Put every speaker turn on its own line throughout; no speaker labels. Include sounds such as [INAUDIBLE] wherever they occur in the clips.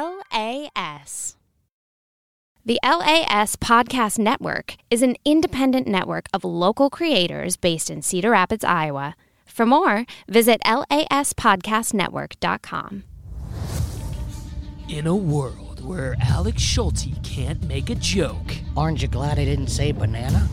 LAS. The LAS Podcast Network is an independent network of local creators based in Cedar Rapids, Iowa. For more, visit laspodcastnetwork.com.
In a world where Alex Schulte can't make a joke,
Aren't you glad I didn't say banana?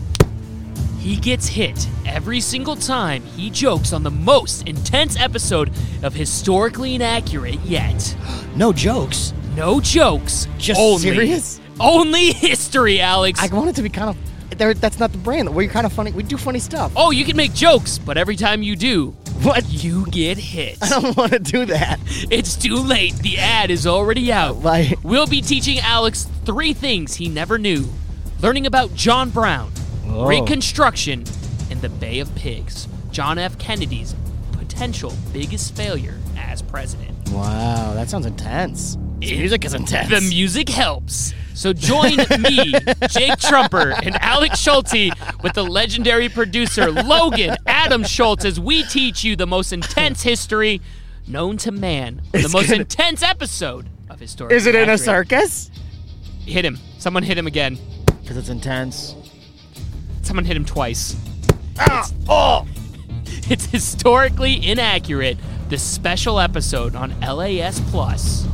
he gets hit every single time he jokes on the most intense episode of Historically Inaccurate Yet.
No jokes.
No jokes.
Just
only,
serious?
Only history, Alex.
I want it to be kind of. There, that's not the brand. We're kind of funny. We do funny stuff. [LAUGHS]
oh, you can make jokes, but every time you do,
What?
you get hit.
I don't want to do that.
It's too late. The ad is already out.
[LAUGHS] Why?
We'll be teaching Alex three things he never knew learning about John Brown,
Oh.
Reconstruction, and the Bay of Pigs, John F. Kennedy's potential biggest failure as president.
Wow, that sounds intense. This
It-
music is intense.
The music helps. So
[LAUGHS]
join me, Jake Trumper, and Alex Schulte with the legendary producer Logan Adam Schultz as we teach you the most intense history known to man. the
It's
most
gonna-
intense episode of Historic.
is it in a
Inaccurate.
circus?
Hit him. Someone hit him again.
Because it's intense.
Someone hit him twice.
Ah!
oh! It's historically inaccurate. The special episode on LAS Plus.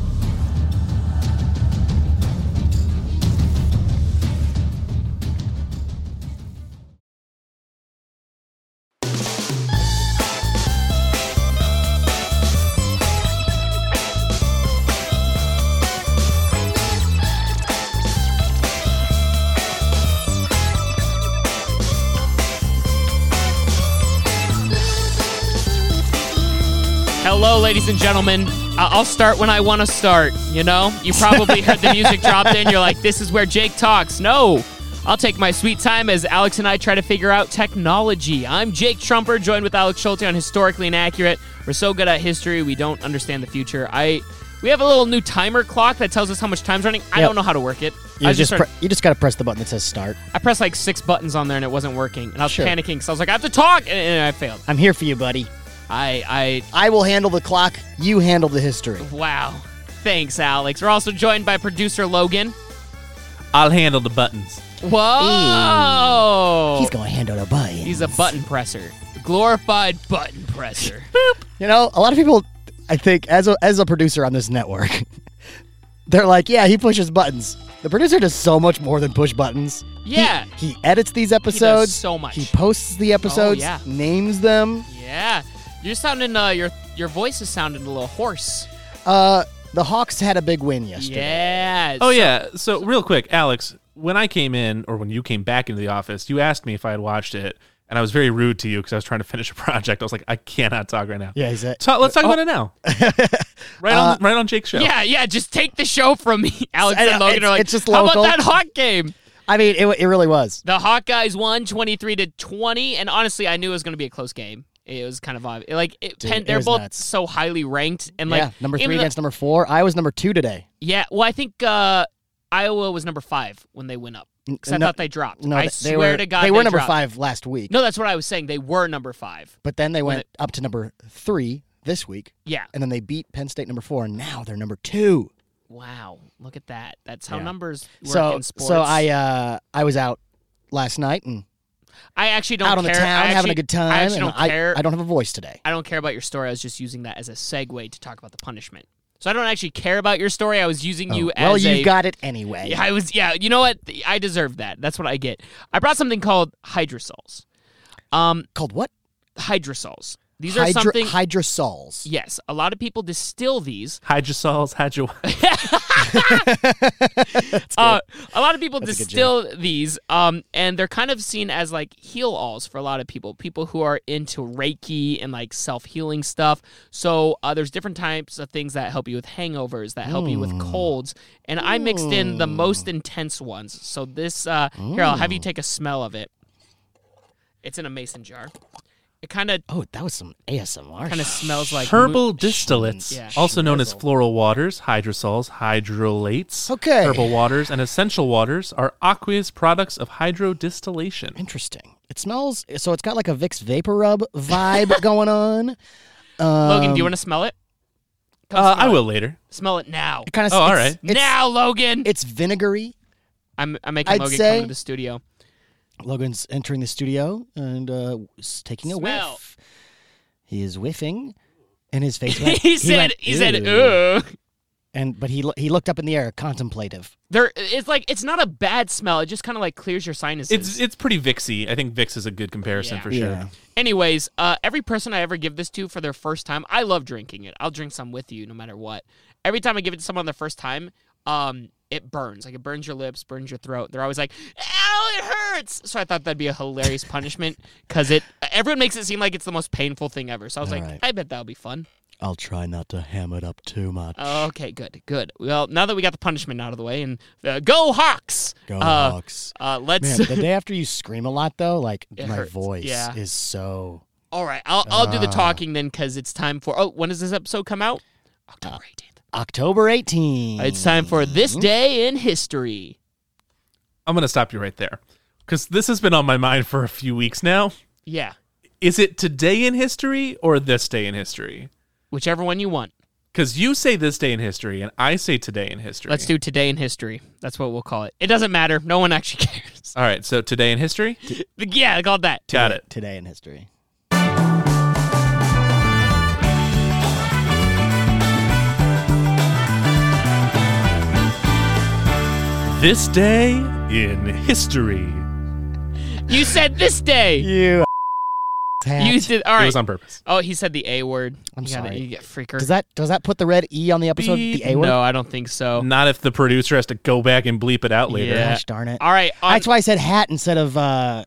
Hello, ladies and gentlemen. I- I'll start when I want to start. You know, you probably heard the
[LAUGHS]
music dropped in. You're like, this is where Jake talks. No, I'll take my sweet time as Alex and I try to figure out technology. I'm Jake Trumper, joined with Alex Schulte on Historically Inaccurate. We're so good at history, we don't understand the future. I. We have a little new timer clock that tells us how much time's running. I
Yep.
don't know how to work it.
You
I
just,
started-
pre- you just gotta press the button that says start.
I pressed like six buttons on there and it wasn't working, and I was
Sure.
panicking because I was like, I have to talk, and, and I failed.
I'm here for you, buddy.
I I
I will handle the clock. You handle the history.
Wow. Thanks, Alex. We're also joined by producer Logan.
I'll handle the buttons.
Whoa!
He's gonna handle the button.
Oh. He's a button presser. Glorified button
[LAUGHS]
presser.
You know, a lot of people, I think, as a, as a producer on this network, [LAUGHS] they're like, yeah, he pushes buttons. The producer does so much more than push buttons. He-
Yeah.
He, edits these episodes.
so much. Oh,
He posts the episodes,
yeah.
names them.
yeah. You're sounding uh your your voice is sounding a little hoarse.
Uh, the Hawks had a big win yesterday.
Yeah.
Oh yeah. So real quick, Alex, when I came in or when you came back into the office, you asked me if I had watched it, and I was very rude to you because I was trying to [LAUGHS] finish a project. I was like, I cannot talk right now.
Yeah, he's a,
Ta- let's talk about it now. right on, right on Jake's show.
Yeah, yeah, just take the show from me. [LAUGHS] Alex
I know,
and Logan
it's-
are like,
it's just
how
local."
about that hawk game?
I mean, it, it really was.
The Hawkeyes won 23 to 20, and honestly, I knew it was going to be a close game. It was kind of obvious. Like, it,
Dude,
Penn-
it
they're
was
both
nuts.
so highly ranked, and like
yeah, number
even
three
though-
against number four. I was number two today.
Yeah, well, I think uh, Iowa was number five when they went up. 'Cause I
no-
thought they dropped.
No,
I
they,
swear
they were,
to God,
they were number
dropped.
five last week.
No, that's what I was saying. They were number five.
But then they
When
went up to number three this week,
Yeah.
and then they beat Penn State number four, and now they're number two.
Wow. Look at that. That's how
Yeah.
numbers work
so
in sports.
so I uh I was out last night and
I actually don't
out on
care.
the town
I actually,
having a good time.
I actually
and
don't care.
I, don't have a voice today.
I don't care about your story. I was just using that as a segue to talk about the punishment. So I don't actually care about your story. I was using you
Oh,
as
well,
a
you got it anyway.
[LAUGHS] Yeah, I was. Yeah, you know what? I deserve that. That's what I get. I brought something called hydrosols. Um,
Called what?
hydrosols. These are
Hydra,
something.
hydrosols.
yes, a lot of people distill these.
Hydrosols, hydro.
Uh, a lot of people
That's a good
distill these, um, and they're kind of seen as like heal alls for a lot of people. People who are into Reiki and like self healing stuff. So uh, there's different types of things that help you with hangovers, that help you
Hmm.
with colds, and I mixed in the most intense ones. So this uh, here, I'll have you take a smell of it. It's in a mason jar. It kind of
Oh, that was some ASMR.
kind of smells like mo-
Herbal distillates,
Yeah.
also known as floral waters, hydrosols, hydrolates,
Okay.
herbal waters, and essential waters, are aqueous products of hydrodistillation.
Interesting. It smells. So it's got like
[LAUGHS]
a Vicks Vapor Rub vibe going on. um,
Logan, do you want to smell it? Come
Uh,
smell
I
it.
will later.
Smell it now.
Kind of.
Oh, all right.
now, Logan.
It's vinegary.
I'm, I'm making
I'd
Logan
say-
come to the studio.
Logan's entering the studio and uh, s- taking a
Smell.
whiff. He is whiffing, and his face.
[LAUGHS] he,
Went,
said,
went,
he said,
"Ew."
ugh.
And but he lo- he looked up in the air, contemplative.
There, it's like it's not a bad smell. It just kind of like clears your sinuses.
It's it's pretty Vixie. I think Vix is a good comparison
Yeah.
for sure.
Yeah.
Anyways, uh, every person I ever give this to for their first time, I love drinking it. I'll drink some with you no matter what. Every time I give it to someone the first time, um, it burns. Like it burns your lips, burns your throat. They're always like, "Ow, it hurts!" So I thought that'd be a hilarious punishment because it. Everyone makes it seem like it's the most painful thing ever. So I was
All
like,
right.
I bet that'll be fun.
I'll try not to ham it up too much.
Okay, good, good. Well, now that we got the punishment out of the way and uh, go Hawks,
Go
uh,
Hawks.
Uh, let's.
Man, the day after you scream a lot, though, like
It
my
hurts.
voice
Yeah.
is so.
[LAUGHS] All right, I'll I'll do the
Ah.
talking then because it's time for. Oh, when does this episode come out? October eighteenth.
October 18.
It's time for
Mm-hmm.
this day in history.
I'm gonna stop you right there because this has been on my mind for a few weeks now.
Yeah,
Is it today in history or this day in history?
whichever one you want.
Because you say this day in history and I say today in history.
Let's do today in history. That's what we'll call it. It doesn't matter. No one actually [LAUGHS] cares.
All right. So today in history.
yeah, called that.
Got it.
Today in history.
This day in history.
You said this day.
[LAUGHS] You. hat.
You did all
It
right.
was on purpose.
oh, he said the a word.
I'm
you gotta-
sorry.
you get freaker.
does that does that put the red E on the episode? The A word.
No, I don't think so.
Not if the producer has to go back and bleep it out later.
Yeah.
Gosh darn it!
All right. on-
That's why I said hat instead of uh.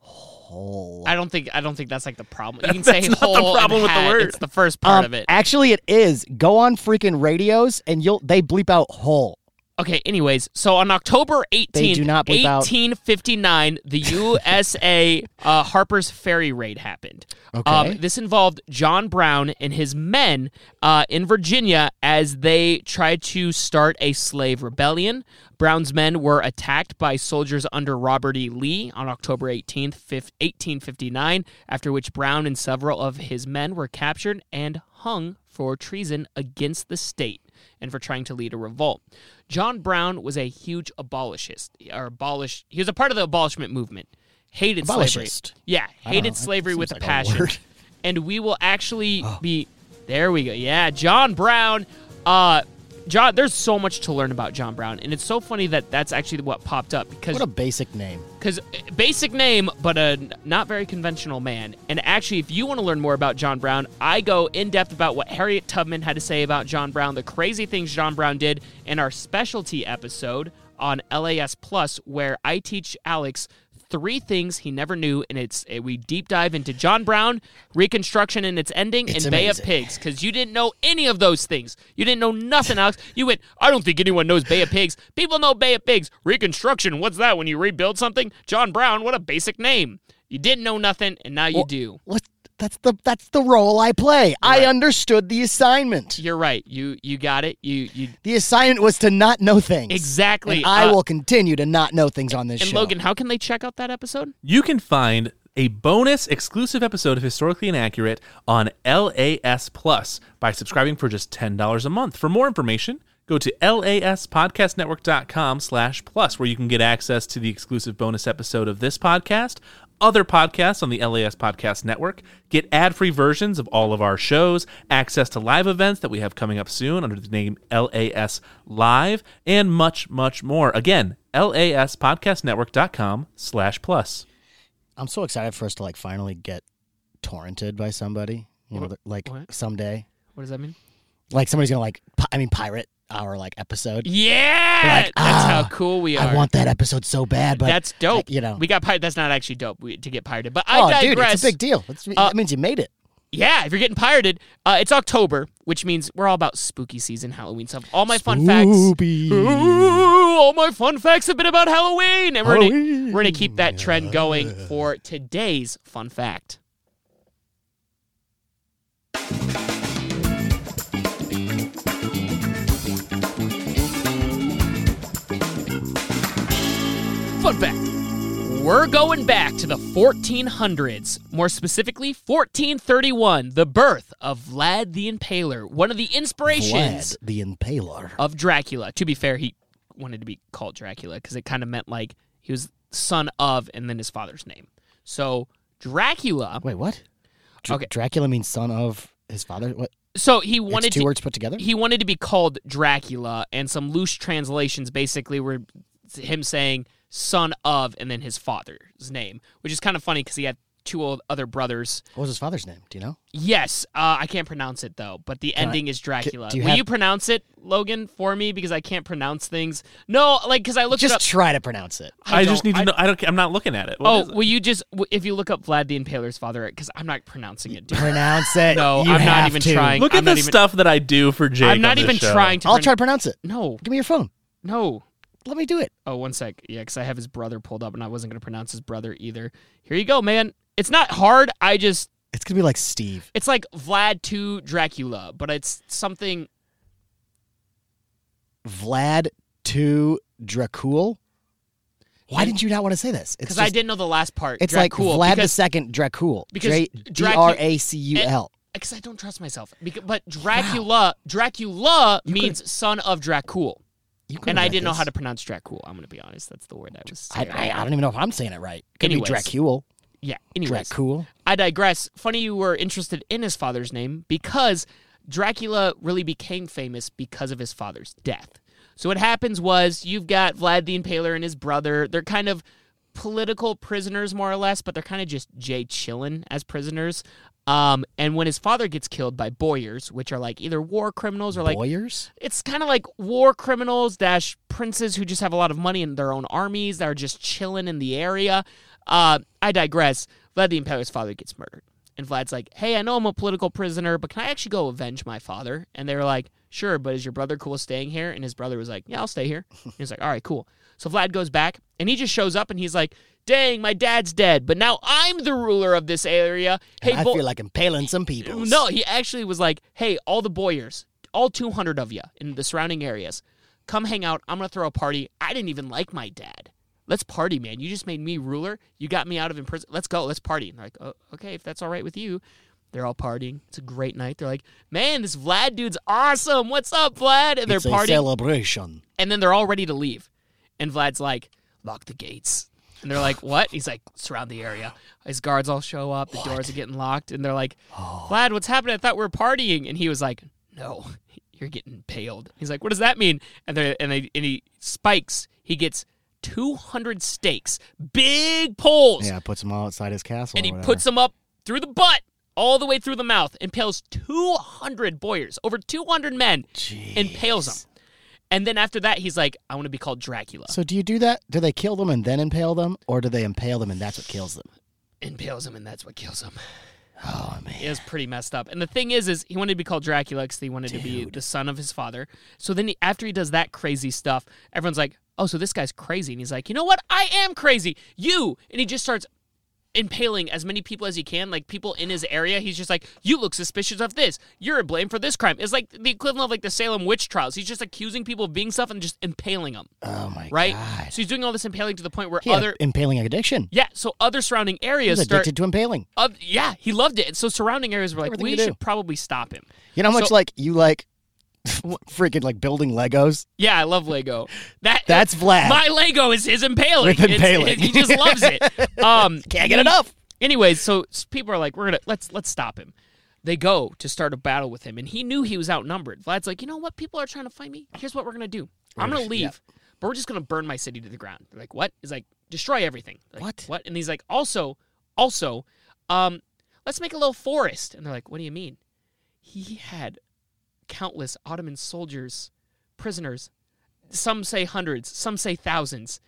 Hole.
I don't think I don't think that's like the problem.
[LAUGHS]
You can
That's
say
not the
whole and
problem with the
hat.
word.
It's the first part
Um,
of it.
Actually, it is. Go on freaking radios, and you'll they bleep out hole.
Okay, anyways, so on October 18th,
They do not bleep out-
1859, the USA uh, Harper's Ferry raid happened. Um,
Okay.
this involved John Brown and his men uh, in Virginia as they tried to start a slave rebellion. Brown's men were attacked by soldiers under Robert E. Lee on October 18th, fif- 1859, after which Brown and several of his men were captured and hung for treason against the state and for trying to lead a revolt. John Brown was a huge abolishist or abolish he was a part of the abolishment movement. Hated slavery.
Abolishist.
Yeah,
know,
hated
that
slavery with
seems
a
like a
passion.
word. Oh.
and we will actually be there we go. Yeah, John Brown uh John there's so much to learn about John Brown and it's so funny that that's actually what popped up because
What a basic name.
because eh, basic name, but a n- not very conventional man. And actually, if you want to learn more about John Brown, I go in depth about what Harriet Tubman had to say about John Brown, the crazy things John Brown did in our specialty episode on LAS Plus, where I teach Alex three things he never knew, and it's eh, we deep dive into John Brown, Reconstruction and its ending,
It's
and Bay of
amazing.
Pigs, because you didn't know any of those things. You didn't know nothing, Alex. You went, I don't think anyone knows Bay of Pigs. People know Bay of Pigs. Reconstruction, what's that when you rebuild something? John Brown, what a basic name. You didn't know nothing, and now you do.
What? That's the that's the role I play. I understood the assignment.
You're right. You you got it. You you
The assignment was to not know things.
exactly.
And I
Uh,
will continue to not know things on this
And
show.
Logan, how can they check out that episode?
You can find a bonus exclusive episode of Historically Inaccurate on LAS Plus by subscribing for just $10 a month. For more information, go to laspodcastnetwork.com slash plus where you can get access to the exclusive bonus episode of this podcast, other podcasts on the LAS Podcast Network, get ad-free versions of all of our shows, access to live events that we have coming up soon under the name LAS Live, and much, much more. Again, laspodcastnetwork.com slash plus.
I'm so excited for us to like finally get torrented by somebody. You know, like
what?
someday,
What does that mean?
like somebody's gonna like. Pi- I mean, pirate our like episode.
Yeah,
Like,
that's how
ah,
cool we are.
I want that episode so bad, but
that's dope.
I- you know.
we got pirated. That's not actually dope we, to get pirated, but I
oh,
digress. Uh,
dude, it's a big deal. That's, that means you made it.
Yeah, if you're getting pirated, uh, it's October, which means we're all about spooky season, Halloween stuff. All my fun facts.
Spoopy.
Ooh, all my fun facts have been about Halloween, and we're gonna,
Halloween.
we're gonna keep that trend going for today's fun fact. Fun fact: We're going back to the 1400s, more specifically 1431, the birth of Vlad the Impaler, one of the inspirations
Vlad the Impaler.
of Dracula. To be fair, he wanted to be called Dracula because it kind of meant like he was son of and then his father's name. So Dracula.
Wait, what? Dr-
Okay.
Dracula means son of his father. What?
So he
It's
wanted
two
to,
words put together.
he wanted to be called Dracula, and some loose translations basically were him saying son of and then his father's name, which is kind of funny because he had two old other brothers.
what was his father's name? Do you know?
Yes, uh, I can't pronounce it though, but the
I-
ending is Dracula.
do you
Will
have-
you pronounce it, Logan, for me because I can't pronounce things? No, like because I looked it
Just
up.
try to
[LAUGHS]
pronounce it.
I, just
don't-
need to know. I don't. I'm not looking at it. What is
oh,
it?
will you just w- if you look up Vlad the Impaler's father? Because I'm not pronouncing
[LAUGHS]
it. Dude.
Pronounce it.
No,
You
I'm not
have
even
to.
trying.
look
I'm
at
not
the
even-
stuff that I do for Jake.
I'm not
on this
even
show.
trying to.
I'll
pron-
try to pronounce it.
No,
Give me your phone.
no.
Let me do it.
Oh, one sec. Yeah, because I have his brother pulled up, and I wasn't gonna pronounce his brother either. Here you go, man. It's not hard. I just
It's gonna be like Steve.
it's like Vlad to Dracula, but it's something.
Vlad to Dracul. Why
Yeah.
didn't you not want to say this? It's
Because I
just-
didn't know the last part.
It's
Dracul,
like Vlad the
because,
Second Dracul.
because Dracu-
D R A C U L.
because I don't trust myself. Because, but Dracula, Dracula means son of Dracul,
You could've
and I
read
didn't know
this.
how to pronounce Dracul. I'm gonna be honest. That's the word I was.
I,
Saying.
I, I don't even know if I'm saying it right. Could
Anyways.
be Dracul.
Yeah. Anyways,
Dracul.
I digress. Funny you were interested in his father's name because Dracula really became famous because of his father's death. So what happens was you've got Vlad the Impaler and his brother. They're kind of political prisoners, more or less, but they're kind of just Jay chillin' as prisoners. Um, and when his father gets killed by boyars, which are like either war criminals or like
Boyers.
it's kind of like war criminals dash princes who just have a lot of money in their own armies that are just chilling in the area. Uh, I digress. Vlad the Impaler's father gets murdered. And Vlad's like, hey, I know I'm a political prisoner, but can I actually go avenge my father? And they were like, sure, but is your brother cool staying here? And his brother was like, yeah, I'll stay
[LAUGHS]
here. And he's like, all right, cool. So Vlad goes back and he just shows up and he's like, dang, my dad's dead, but now I'm the ruler of this area. Hey,
And I
bo-
feel like impaling some people.
no, he actually was like, "Hey, all the boyers, all 200 of you in the surrounding areas, come hang out. I'm gonna throw a party. I didn't even like my dad. Let's party, man. You just made me ruler. You got me out of prison. Let's go. Let's party." And they're like, oh, "Okay, if that's all right with you." They're all partying. It's a great night. They're like, "Man, this Vlad dude's awesome. What's up, Vlad?" And they're
It's a
partying,
celebration.
and then they're all ready to leave. And Vlad's like, "Lock the gates." And they're like, "What?" He's like, "Surround the area." His guards all show up. The doors are getting locked, and they're like, Vlad, what's happening? I thought we were partying. And he was like, No, [LAUGHS] you're getting impaled. He's like, What does that mean? And they and they and he spikes. He gets two hundred stakes, big poles,
Yeah, puts them all outside his castle.
and
or
he
whatever.
puts them up through the butt, all the way through the mouth, impales two hundred boyers, over two hundred men, impales them. And then after that, he's like, I want to be called Dracula.
So do you do that? Do they kill them and then impale them, or do they impale them and that's what kills them?
impales him, and that's what kills him.
Oh man,
It was pretty messed up. And the thing is, is he wanted to be called Dracula because he wanted to be the son of his father. So then he, after he does that crazy stuff, everyone's like, oh, so this guy's crazy. And he's like, you know what? I am crazy. You. And he just starts impaling as many people as he can, like people in his area. He's just like, you look suspicious of this. You're blamed for this crime. It's like the equivalent of like the Salem witch trials. He's just accusing people of being stuff and just impaling them,
oh my
right?
god.
So he's doing all this impaling to the point where
He had
other...
impaling addiction.
Yeah, so other surrounding areas
He's
start
addicted to impaling.
uh, yeah, he loved it. And so surrounding areas were like,
Everything
we
you do.
should probably stop him.
You know how much
So-
like you like [LAUGHS] freaking like building Legos?
Yeah, I love Lego. That uh,
That's Vlad.
my Lego is is impaling.
With
It's-
impaling.
it- he just loves
[LAUGHS]
it. Um,
Can't get enough.
anyways, so s- people are like, we're gonna let's let's stop him. They go to start a battle with him, and he knew he was outnumbered. Vlad's like, you know what? People are trying to find me. Here's what we're gonna do. I'm gonna leave, but we're just gonna burn my city to the ground. They're like, what? He's like, destroy everything. They're like,
What?
What? And he's like, also, also, um, let's make a little forest. And they're like, what do you mean? He had countless Ottoman soldiers, prisoners. Some say hundreds, some say thousands,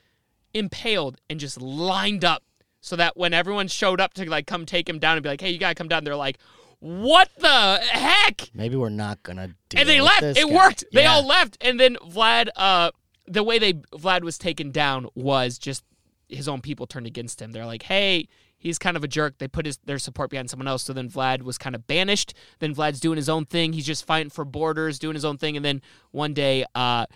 impaled and just lined up, so that when everyone showed up to like come take him down and be like, "Hey, you gotta come down," they're like, "What the heck?"
Maybe we're not gonna do
and they
with
left.
this
It
guy.
worked. They
Yeah.
all left. And then Vlad, uh, the way they Vlad was taken down was just his own people turned against him. They're like, hey, he's kind of a jerk. They put his their support behind someone else. So then Vlad was kind of banished. Then Vlad's doing his own thing. He's just fighting for borders, doing his own thing. And then one day, uh,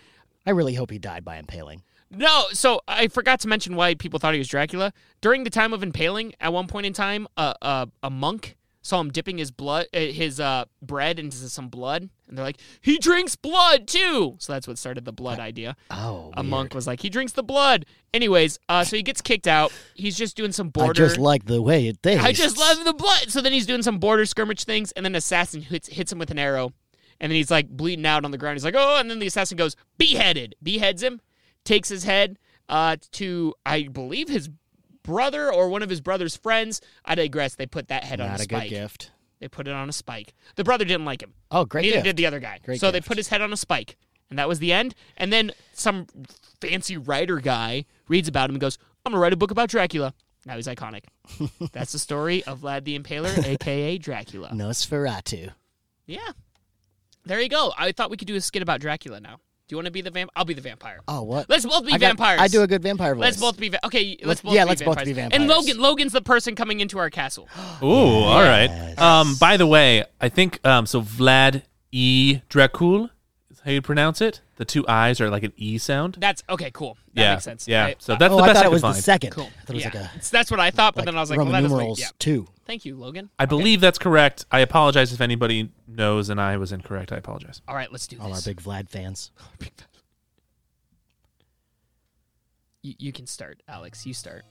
I really hope he died by impaling.
No, so I forgot to mention why people thought he was Dracula. During the time of impaling, at one point in time, a a, a monk saw him dipping his blood, uh, his uh, bread into some blood, and they're like, "He drinks blood too." So that's what started the blood idea.
Oh,
A monk was like, "He drinks the blood." Anyways, uh, so he gets kicked out. He's just doing some border.
I just like the way it tastes.
I just love the blood. So then he's doing some border skirmish things, and then an assassin hits, hits him with an arrow, and then he's like bleeding out on the ground. He's like, oh, and then the assassin goes beheaded, beheads him, takes his head uh, to I believe his brother or one of his brother's friends. I digress. They put that head on
Not a
spike.
good gift.
They put it on a spike. The brother didn't like him.
Oh, great
Neither
gift.
did the other guy.
Great
so they
gift.
put his head on a spike, and that was the end. And then some fancy writer guy reads about him and goes, "I'm gonna write a book about Dracula." Now he's
[LAUGHS]
iconic. That's the story of Vlad the Impaler, aka Dracula.
Nosferatu.
Yeah, there you go. I thought we could do a skit about Dracula now. Do you want to be the vamp? I'll be the vampire.
Oh, what?
Let's both be
I got-
vampires.
I do a good vampire voice.
Let's both be va- okay. Let's
Let's-
both
yeah,
Be
let's both be
And
vampires.
Logan, Logan's the person coming into our
[GASPS]
castle.
Ooh, all right. Um, by the way, I think um, so. Vlad E. Dracul is how you pronounce it. The two I's are like an E sound.
That's okay. Cool. That
yeah,
makes sense.
Yeah.
I-
so
I-
that's
Oh,
the
I
best
thought
I
it was
could
the
find.
second.
Cool.
I thought it was
yeah.
like a
So that's what I thought, but
like
then I was like,
Roman
well, that is
numerals
yeah.
two.
Thank you, Logan.
I believe that's correct. I apologize if anybody knows and I was incorrect. I apologize.
All right, let's do this.
All our big Vlad fans.
you, you can start, Alex. You start.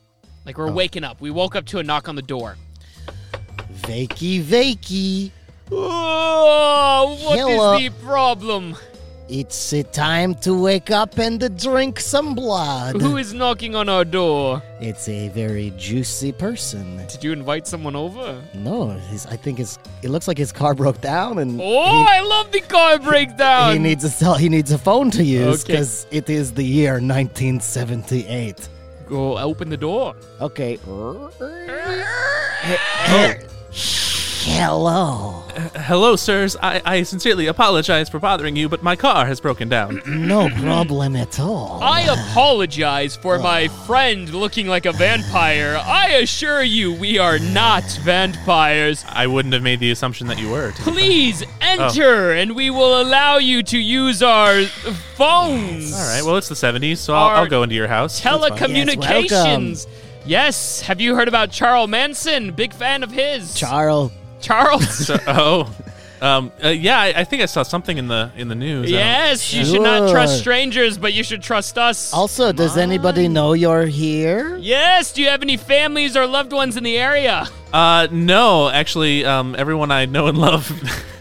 Like we're waking up. We woke up to a knock on the door.
Vakey, vakey.
Oh, what is
Hello.
the problem?
It's a time to wake up and drink some blood.
Who is knocking on our door?
It's a very juicy person.
Did you invite someone over?
No, his, I think his. It looks like his car broke down, and
Oh, I love the car
he,
breakdown.
he needs a cell. He needs a phone to use
Oh, um, Okay.
because it is the year 1978.
Go open the door. [LAUGHS]
Okay. Hello.
Hello, sirs. I, I sincerely apologize for bothering you, but my car has broken down. [CLEARS THROAT]
[LAUGHS]
No problem at all.
I apologize for my friend looking like a vampire. I assure you, we are not vampires.
I wouldn't have made the assumption that you were. to be frank.
Please enter, and we will allow you to use our phones.
All right. Well, it's the 70s, so I'll,
Our
I'll go into your house. That's fine.
Telecommunications. Yes, Have you heard about Charles Manson? Big fan of his.
Charles. [LAUGHS]
Charles.
So, [LAUGHS] oh, um, uh, yeah. I, I think I saw something in the in the news. um, I don't-
yes, you should not
Sure.
trust strangers, but you should trust us.
Also, does anybody know you're here?
yes, do you have any families or loved ones in the area?
Uh, no, actually, um, everyone I know and love [LAUGHS]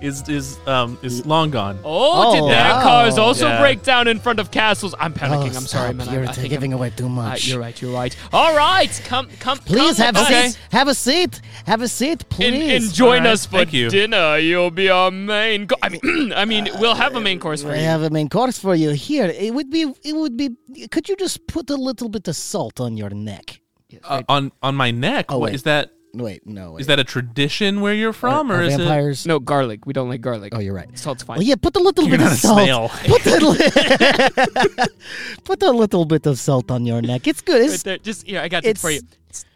is is um is long gone.
Oh,
Oh,
did their
wow.
cars also
Yeah.
break down in front of castles? I'm
Oh,
panicking. I'm sorry,
stop.
man. I-
You're
I think
giving away too
I'm- uh,
much.
you're right. You're right. All right, come, come.
Please
come
have
with
a
us.
seat. Have a seat. Have a seat,
and,
please.
and join
All right,
us for
thank you.
dinner. You'll be our main. Co- I mean, [CLEARS THROAT] I mean, we'll have a main course for
I
you.
have a main course for you here. It would be. It would be. Could you just put a little bit of salt on your neck?
Uh, on on my neck.
Oh,
what
wait.
is that?
Wait, no. Wait.
Is that a tradition where you're from,
Are
or is it?
vampires?
No garlic. We don't like garlic.
Oh, you're right.
Salt's fine.
Well, yeah, put a little
You're
bit of
not a
salt.
snail.
[LAUGHS] Put, a li- [LAUGHS] put a little bit of salt on your neck. It's good.
Right
It's
there. Just here, I got this for you.
it's-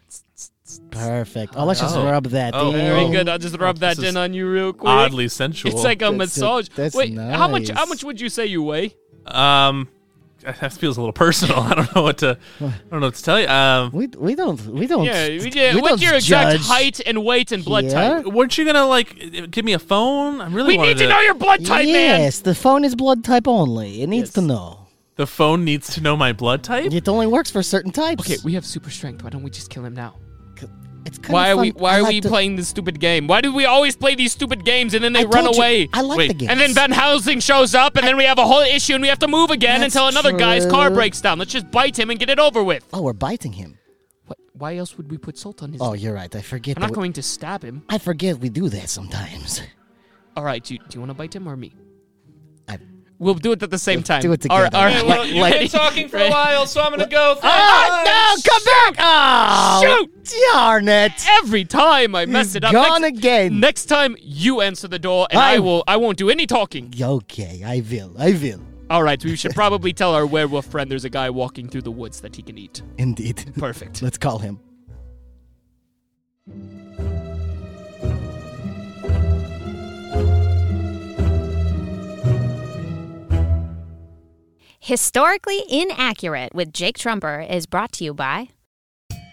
perfect. Oh, let's just
Oh.
rub that
Oh,
in.
Very good. I'll just rub that
This is
in on you real quick.
Oddly sensual.
it's like a
That's a-
massage.
that's
Wait, how much? How
nice.
much would you say you weigh?
um, that feels a little personal. [LAUGHS] I don't know what to. I don't know what to tell you. Um,
We, we don't we don't
Yeah, we
we
did.
don't
What's your exact
judge.
height and weight and blood
here.
type?
weren't you gonna like give me a phone? I really
We
wanted
need to know your blood type, man.
Yes, the phone is blood type only. It needs to know.
The phone needs to know my blood type.
It only works for certain types.
Okay, we have super strength. Why don't we just kill him now?
it's kinda
Why are
fun.
we? Why
I
are
like
we
to-
playing this stupid game? Why do we always play these stupid games and then they
I
run
told you,
away?
I like
Wait,
the game.
And then Van Helsing shows up, and then we have a whole issue, and we have to move again
That's
until another guy's
true.
car breaks down. Let's just bite him and get it over with.
Oh, we're biting him.
What, why else would we put salt on his?
Oh, you're right. I forget.
I'm
that
not
we-
going to stab him.
I forget we do that sometimes.
All right, do, do you want to bite him or me?
I-
We'll do it at the same time.
do it
All right,
together.
all
Okay,
right.
well, you've
ready?
been
talking for
Ready?
a while, so I'm gonna go.
Ah, no! Come back! Oh, Shoot! Darn it!
Every time I mess it up.
gone
next,
again.
Next time you answer the door, and I,
I-
will. I won't do any talking.
Okay, I will. I will.
All right, we should probably tell our werewolf friend there's a guy walking through the woods that he can eat.
Indeed.
Perfect.
[LAUGHS] Let's call him.
Historically Inaccurate with Jake Trumper is brought to you by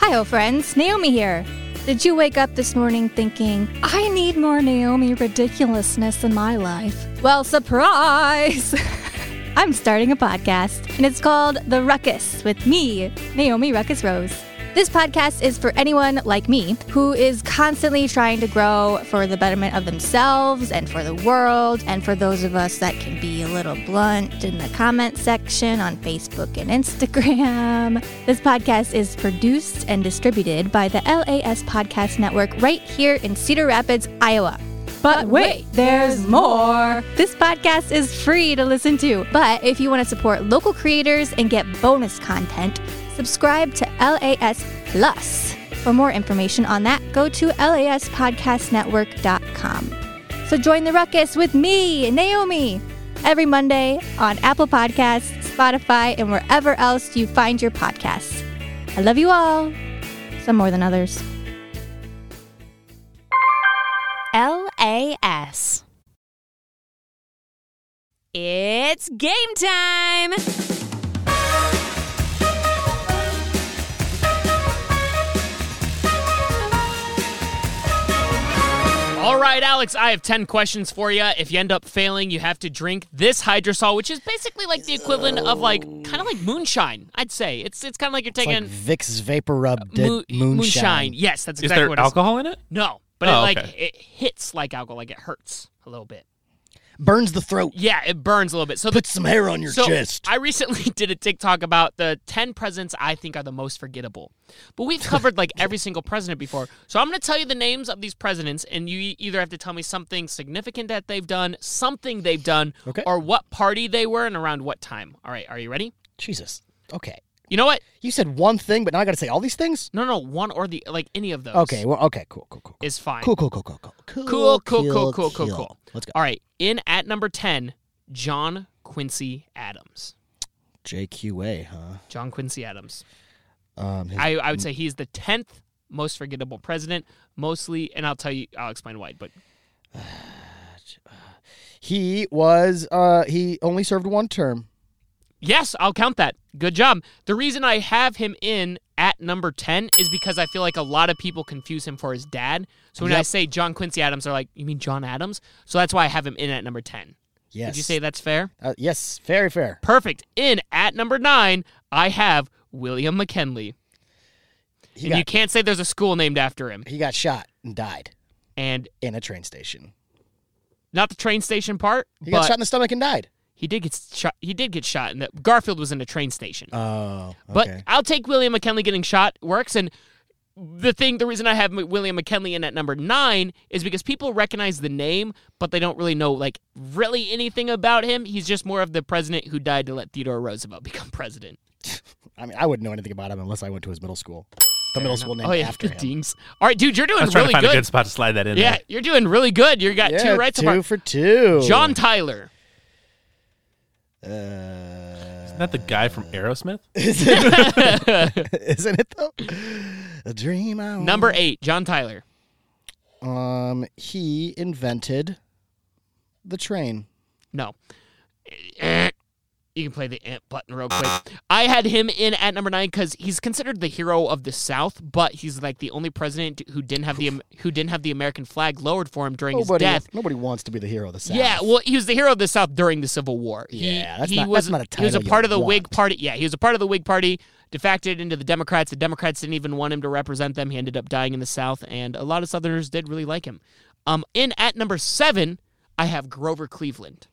Hi, old friends. Naomi here. Did you wake up this morning thinking, I need more Naomi ridiculousness in my life? Well, surprise! [LAUGHS] I'm starting a podcast, and it's called The Ruckus with me, Naomi Ruckus Rose. This podcast is for anyone like me who is constantly trying to grow for the betterment of themselves and for the world, and for those of us that can be a little blunt in the comment section on Facebook and Instagram. [LAUGHS] This podcast is produced and distributed by the LAS Podcast Network right here in Cedar Rapids, Iowa. But wait, there's more. This podcast is free to listen to, but if you want to support local creators and get bonus content, subscribe to LAS Plus. For more information on that, go to laspodcastnetwork.com. So join the ruckus with me, Naomi, every Monday on Apple Podcasts, Spotify, and wherever else you find your podcasts. I love you all, some more than others.
LAS. It's game time!
All right, Alex, I have 10 questions for you. If you end up failing, you have to drink this hydrosol, which is basically like the equivalent of like kind of like moonshine, I'd say. It's it's kind of like you're
It's
taking
like Vicks Vapor Rub did
moo-
moonshine.
Yes, that's
Is
exactly
there
what
alcohol in it?
it's. No, but it
Oh,
like
okay.
it hits like alcohol, like it hurts a little bit.
Burns the throat.
Yeah, it burns a little bit. So the
Put some hair on your
so
chest.
I recently [LAUGHS] did a TikTok about the 10 presidents I think are the most forgettable. But we've covered like
[LAUGHS]
every single president before. So I'm going to tell you the names of these presidents, and you e- either have to tell me something significant that they've done, something they've done,
Okay.
or what party they were and around what time. All right, are you ready?
Jesus. Okay.
You know what?
You said one thing, but now I got to say all these things?
No, no, one or the, like any of those.
Okay. Well, okay. Cool, cool, cool. cool.
Is fine.
Cool, cool, cool, cool, cool.
cool, cool, cool, cool, cool, cool.
Let's go.
All right, in at number 10, John Quincy Adams.
JQA, huh?
John Quincy Adams.
Um, his-
I, I would say he's the tenth most forgettable president, mostly, and I'll tell you, I'll explain why. But
he was, uh, he only served one term.
yes, I'll count that. Good job. The reason I have him in at number ten is because I feel like a lot of people confuse him for his dad. So when I
Yep.
say John Quincy Adams, they're like, "You mean John Adams?" So that's why I have him in at number ten.
Yes.
Would you say that's fair?
Uh, yes. Very fair.
Perfect. In at number nine, I have William McKinley,
He
and
got,
you can't say there's a school named after him.
he got shot and died
And
in a train station.
not the train station part,
He
but
got shot in the stomach and died.
he did get shot. He did get shot, and the Garfield was in a train station.
Oh.
But I'll take William McKinley getting shot works. And the thing, the reason I have M- William McKinley in at number nine is because people recognize the name, but they don't really know like really anything about him. He's just more of the president who died to let Theodore Roosevelt [LAUGHS] become president.
I mean, I wouldn't know anything about him unless I went to his middle school. The middle school named
oh yeah, [LAUGHS]
after him.
Dings. All right, dude, you're doing
I was trying
really
to find
good.
a good spot to slide that in.
yeah,
there.
you're doing really good. You got
Yeah,
two right so
two
far.
for two.
John Tyler.
Uh,
Isn't that the guy from Aerosmith?
is it, [LAUGHS] isn't it though? A dream I want.
Number eight, John Tyler.
Um, he invented the train.
No. You can play the amp button real quick. I had him in at number nine because he's considered the hero of the South, but he's like the only president who didn't have the Am- who didn't have the American flag lowered for him during
Nobody,
his death.
nobody wants to be the hero of the South.
Yeah, well, he was the hero of the South during the Civil War. He,
Yeah, that's
he
not-
was,
that's not a
He was a
title you
part of the
want.
Whig Party. Yeah, he was a part of the Whig Party, defected into the Democrats. The Democrats didn't even want him to represent them. He ended up dying in the South, and a lot of Southerners did really like him. Um, in at number seven, I have Grover Cleveland.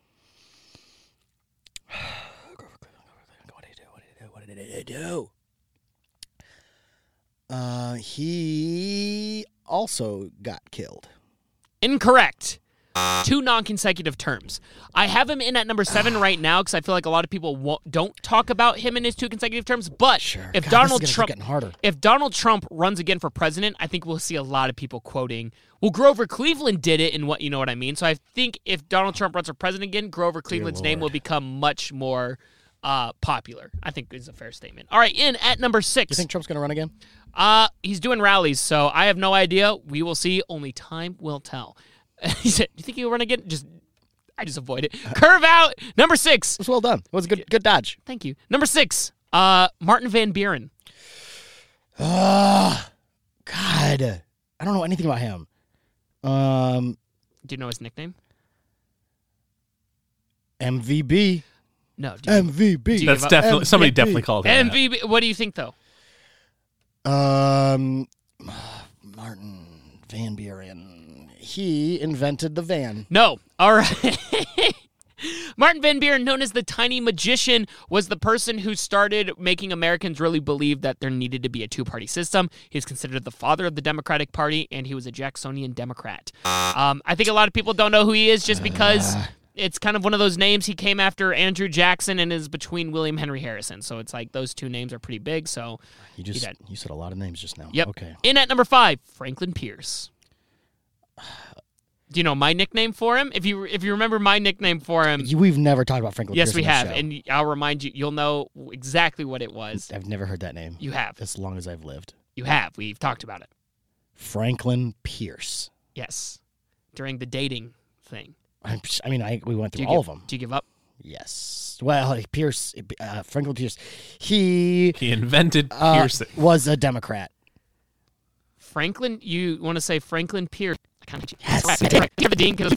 What did it do? Uh, he also got killed.
Incorrect. Two non-consecutive terms. I have him in at number seven right now because I feel like a lot of people won't, don't talk about him in his two consecutive terms. But
Sure.
if
God, this is
Donald
gonna keep
Trump
getting harder.
if Donald Trump runs again for president, I think we'll see a lot of people quoting, "Well, Grover Cleveland did it," and what you know what I mean. So I think if Donald Trump runs for president again, Grover Cleveland's name will become much more uh, popular. I think is a fair statement. All right, in at number
You
six,
think Trump's gonna run again?
uh, he's doing rallies, so I have no idea. We will see. Only time will tell. [LAUGHS] he said, "You think he'll run again?" Just, I just avoid it. Curve out number six.
It was well done. It was a good, good dodge.
Thank you. Number six. Uh, Martin Van Buren.
Ah, God, I don't know anything about him. Um,
Do you know his nickname?
MVB,
No. Do you Do
MVB.
you
That's
give up?
definitely somebody
MVP.
definitely called him. that.
MVP. What do you think though?
Um, Martin Van Buren. He invented the van.
No. All right. [LAUGHS] Martin Van Buren, known as the Tiny Magician, was the person who started making Americans really believe that there needed to be a two party system. He's considered the father of the Democratic Party, and he was a Jacksonian Democrat. Um, I think a lot of people don't know who he is just because it's kind of one of those names. He came after Andrew Jackson and is between William Henry Harrison. So it's like those two names are pretty big. So,
You just,
did.
you said a lot of names just now.
yep.
Okay.
In at number five, Franklin Pierce. [SIGHS] Do you know my nickname for him? If you if you remember my nickname for him,
You, we've never talked about Franklin.
Yes,
Pierce
we
on this
have,
show.
and I'll remind you. You'll know exactly what it was.
I've never heard that name.
You have,
as long as I've lived.
you have. We've talked about it.
Franklin Pierce.
Yes, during the dating thing.
I'm, I mean, I we went
Do
through
you
all
give-
of them.
Do you give up?
Yes. Well, Pierce, uh, Franklin Pierce, he
He invented
uh,
piercing.
was a Democrat.
Franklin, you want to say Franklin Pierce? I can't-
Yes.
Give a dean, 'cause-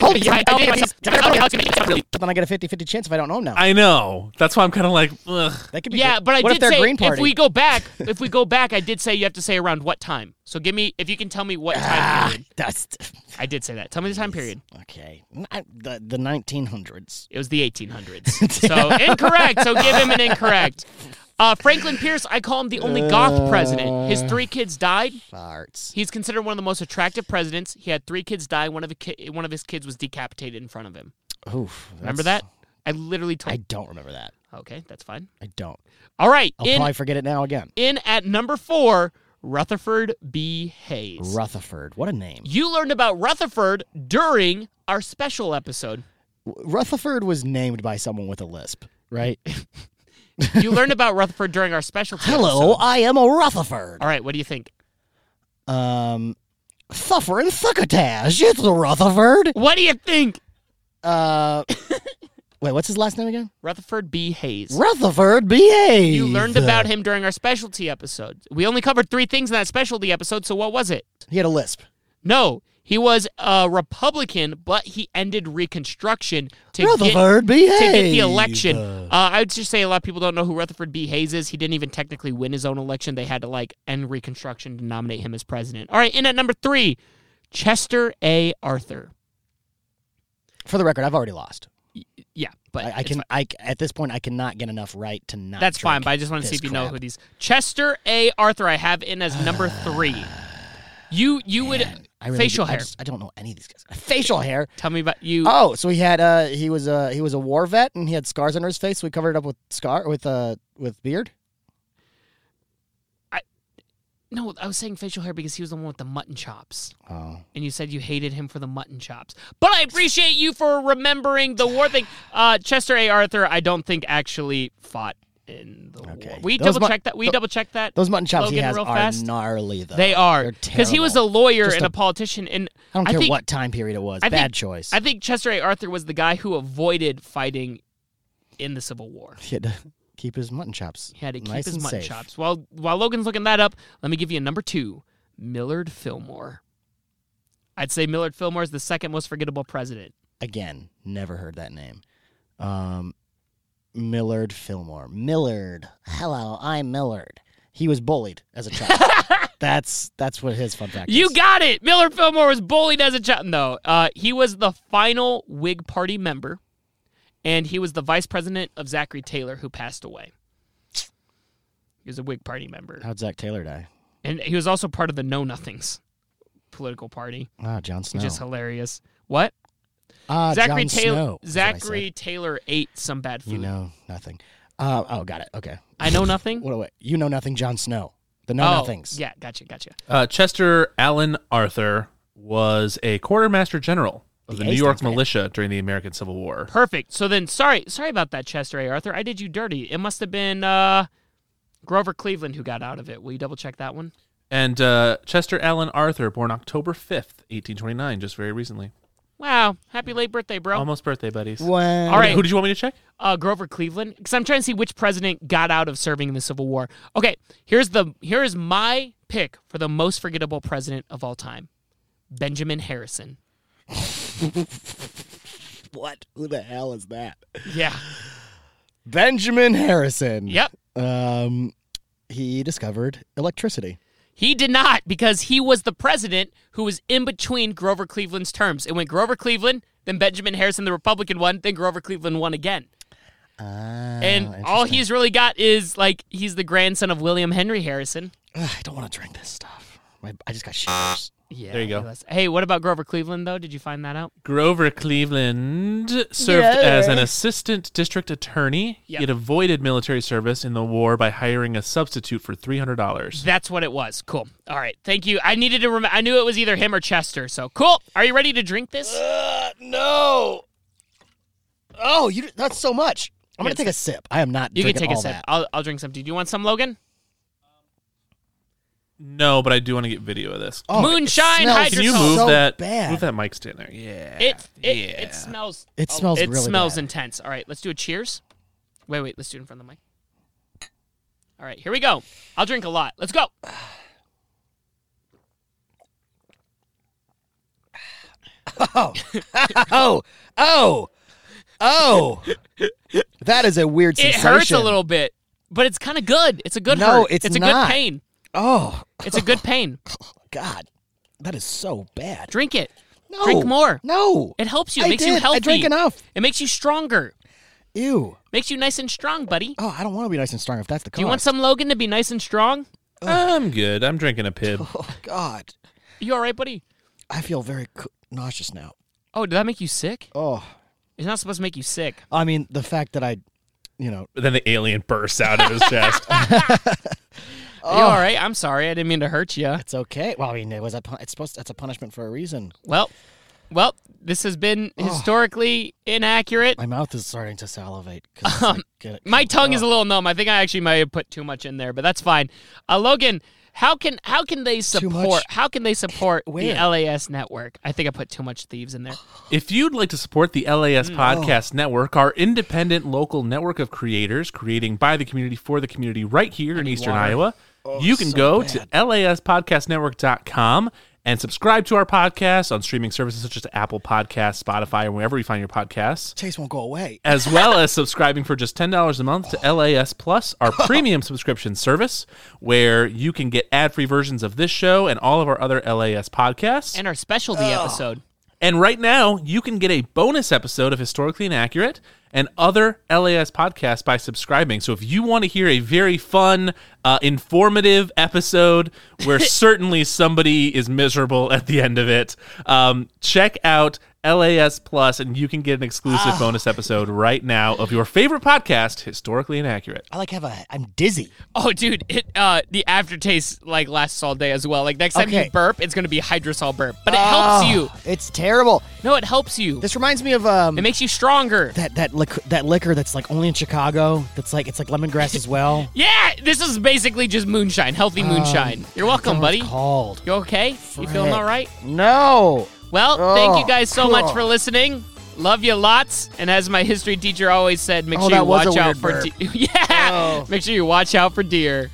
Yeah,
Then I get a 50-50 chance if I don't know him now.
I know. That's why I'm kind of like, ugh.
that could be good.
but I
what
did
if they're
say
Green Party?
if we go back, if we go back, I did say you have to say around what time. So give me if you can tell me what time
ah,
period.
that's
I did say that. Tell me the time period.
okay. N- I- the the nineteen hundreds.
It was the 1800s.
[LAUGHS]
so incorrect. So give him an incorrect. Uh, Franklin Pierce, I call him the only goth president.
Uh.
His three kids died.
Farts.
He's considered one of the most attractive presidents. He had three kids die. One of the ki- one of his kids was decapitated in front of him.
Oof.
Remember
that's-
that? I literally
I
told.
don't remember that.
okay, that's fine.
I don't.
All right,
I'll
in
probably forget it now again.
in at number four, Rutherford B. Hayes.
Rutherford. What a name.
you learned about Rutherford during our special episode.
W- Rutherford was named by someone with a lisp,
[LAUGHS]
right?
You learned about Rutherford during our special.
[LAUGHS] Hello,
episode.
I am a Rutherford.
All right, what do you think?
Um, suffering succotash. It's a Rutherford.
What do you think?
Uh, [LAUGHS] wait, what's his last name again?
Rutherford B. Hayes.
Rutherford B.A.
you learned about him during our specialty episode. We only covered three things in that specialty episode, so what was it?
He had a lisp.
No, he was a Republican, but he ended Reconstruction to get.
Rutherford B.
To
Hayes.
get the election, uh, I would just say a lot of people don't know who Rutherford B. Hayes is. He didn't even technically win his own election. They had to like end Reconstruction to nominate him as president. All right, in at number three, Chester A. Arthur.
For the record, I've already lost.
Yeah, but
I, I
it's
can. I c- at this point, I cannot get enough right to not.
That's fine,
drink
but I just want to see
this
if you know
crap.
who these. Chester A. Arthur, I have in as
[SIGHS]
number three. You you would
Man, I really
facial
do- I,
hair.
just- I don't know any of these guys. Facial hair.
Tell me about you.
Oh, so he had. Uh, he was a he was a war vet, and he had scars under his face. So we covered it up with scar with uh with beard.
no, I was saying facial hair because he was the one with the mutton chops,
Oh,
and you said you hated him for the mutton chops. But I appreciate you for remembering the war thing. Uh, Chester A. Arthur, I don't think actually fought in the war.
Okay.
We
Those mu-
double check that. We
tho-
double check that.
those mutton chops he
Logan,
has
real
are
fast.
gnarly though.
they are
because
he was a lawyer
Just
and
a-
a politician, and
I don't care
think,
what time period it was.
I think-
Bad choice.
I think Chester A. Arthur was the guy who avoided fighting in the Civil War.
He had to keep his mutton chops.
He had to keep
nice
his
and
mutton
safe.
chops. While while Logan's looking that up, let me give you a number two: Millard Fillmore. I'd say Millard Fillmore is the second most forgettable president.
Again, never heard that name. Um, Millard Fillmore. Millard. Hello, I'm Millard. He was bullied as
[LAUGHS]
a child. that's that's what his fun fact.
You
is.
got it. Millard Fillmore was bullied as a child. No, uh, he was the final Whig Party member, and he was the vice president of Zachary Taylor, who passed away. He was a Whig Party member,
How'd Zach Taylor die?
and he was also part of the Know Nothings political party,
Ah, John Snow.
which is hilarious. What?
ah,
Zachary
John
Taylor.
Snow, is what I said.
Zachary Taylor ate some bad food.
You know nothing. Uh, oh, got it. Okay.
I know nothing.
What? Wait, you know nothing, John Snow. The know
oh,
nothings.
Yeah, gotcha, gotcha.
Uh, Chester Allen Arthur was a quartermaster general of the,
The A
New York
stands for A.
militia during the American Civil War.
Perfect. So then, sorry, sorry about that, Chester A. Arthur. I did you dirty. It must have been uh, Grover Cleveland who got out of it. Will you double check that one?
And uh, Chester Allen Arthur, born October 5th, 1829, just very recently.
Wow. Happy late birthday, bro.
Almost birthday buddies.
Well,
All right.
Who did you want me to check?
uh, Grover Cleveland, because I'm trying to see which president got out of serving in the Civil War. Okay, here's the here is my pick for the most forgettable president of all time, Benjamin Harrison.
What? Who the hell is that?
Yeah.
Benjamin Harrison.
Yep.
Um, he discovered electricity.
He did not because he was the president who was in between Grover Cleveland's terms. It went Grover Cleveland, then Benjamin Harrison, the Republican one, then Grover Cleveland won again.
Oh,
and all he's really got is like he's the grandson of William Henry Harrison.
Ugh, I don't want to drink this stuff. My, I just got
Uh,
shivers.
Yeah,
There you go.
that's- Hey, what about Grover Cleveland though? Did you find that out?
Grover Cleveland served as an assistant district attorney.
Yep.
He had avoided military service in the war by hiring a substitute for $300.
That's what it was. Cool. All right. Thank you. I needed to remember. I knew it was either him or Chester. So cool. Are you ready to drink this?
no. Oh, you that's so much. I'm gonna
Yes.
take a sip. I am not.
You can
drinking
take a
all
sip.
that.
I'll, I'll drink some. Did you want some, Logan?
No, but I do want to get video of this.
Oh, it
Moonshine
smells
hydrosol.
Can you
it's
move
so
that
Bad.
move that mic stand there? Yeah.
It it, it smells.
It smells
It
really
smells
bad.
intense. All right. Let's do a cheers. Wait, wait. Let's do it in front of the mic. All right. Here we go. I'll drink a lot. Let's go.
Oh, oh, oh. that is a weird
It
sensation.
hurts a little bit, but it's kind of good. It's a good
No,
hurt.
it's
a
not.
good pain.
Oh
It's a good
[LAUGHS]
pain.
God, that is so bad.
Drink it.
No,
drink more.
No,
It helps you. It
I
makes
did.
you healthy.
I drank enough.
It makes you stronger.
Ew.
Makes you nice and strong, buddy.
Oh, I don't want to be nice and strong if that's the cost.
Do you want some Logan to be nice and strong?
I'm good. I'm drinking
[LAUGHS]
a pib.
Oh God,
You all right, buddy?
I feel very c- nauseous now.
Oh, did that make you sick?
Oh,
It's not supposed to make you sick.
I mean the fact that I, you know,
But then the alien bursts out of his chest.
You
Oh.
all right? I'm sorry. I didn't mean to hurt you.
it's okay. Well, I mean it was a pun- it's supposed that's a punishment for a reason.
Well, well, this has
[SIGHS]
been
Oh.
historically inaccurate.
My mouth is starting to salivate. 'cause
[LAUGHS]
it's like, get it-
My tongue is a
Oh.
little numb. I think I actually might have put too much in there, but that's fine. Uh, Logan, how can how can they support
much?
how can they
[LAUGHS]
support
Where?
the LAS network? I think I put too much thieves in
[GASPS]
there.
If you'd like to support the LAS Podcast Network, our independent local network of creators creating by the community for the community right here in Eastern Iowa, you can go to laspodcastnetwork.com and subscribe to our podcast on streaming services such as Apple Podcasts, Spotify, and wherever you find your podcasts.
Taste won't go away.
As well as subscribing for just $10 a month to LAS Plus, our premium subscription service, where you can get ad free versions of this show and all of our other LAS podcasts.
And our specialty episode.
And right now, you can get a bonus episode of Historically Inaccurate and other LAS podcasts by subscribing. So if you want to hear a very fun, uh, informative episode where certainly somebody is miserable at the end of it, um, check out LAS Plus and you can get an exclusive bonus episode right now of your favorite podcast, Historically Inaccurate.
I like have a. I'm dizzy.
Oh, dude, it uh the aftertaste like lasts all day as well. Like next time
Okay.
you burp, it's gonna be hydrosol burp, but it helps you.
Oh, It's terrible.
No, it helps you.
This reminds me of um
It makes you stronger.
that that liquor that liquor that's like only in Chicago. That's like it's like lemongrass as well.
yeah, this is basically just moonshine, healthy moonshine. You're [LAUGHS] welcome, buddy.
Called.
You okay? You feeling all right?
No.
Well, thank you
Oh,
guys so much for listening. Love you lots. And as my history teacher always said, make
Oh,
sure you
that was
watch [LAUGHS]
a
out
weird
for
burp. Oh.
de- yeah. Make sure you watch out for deer.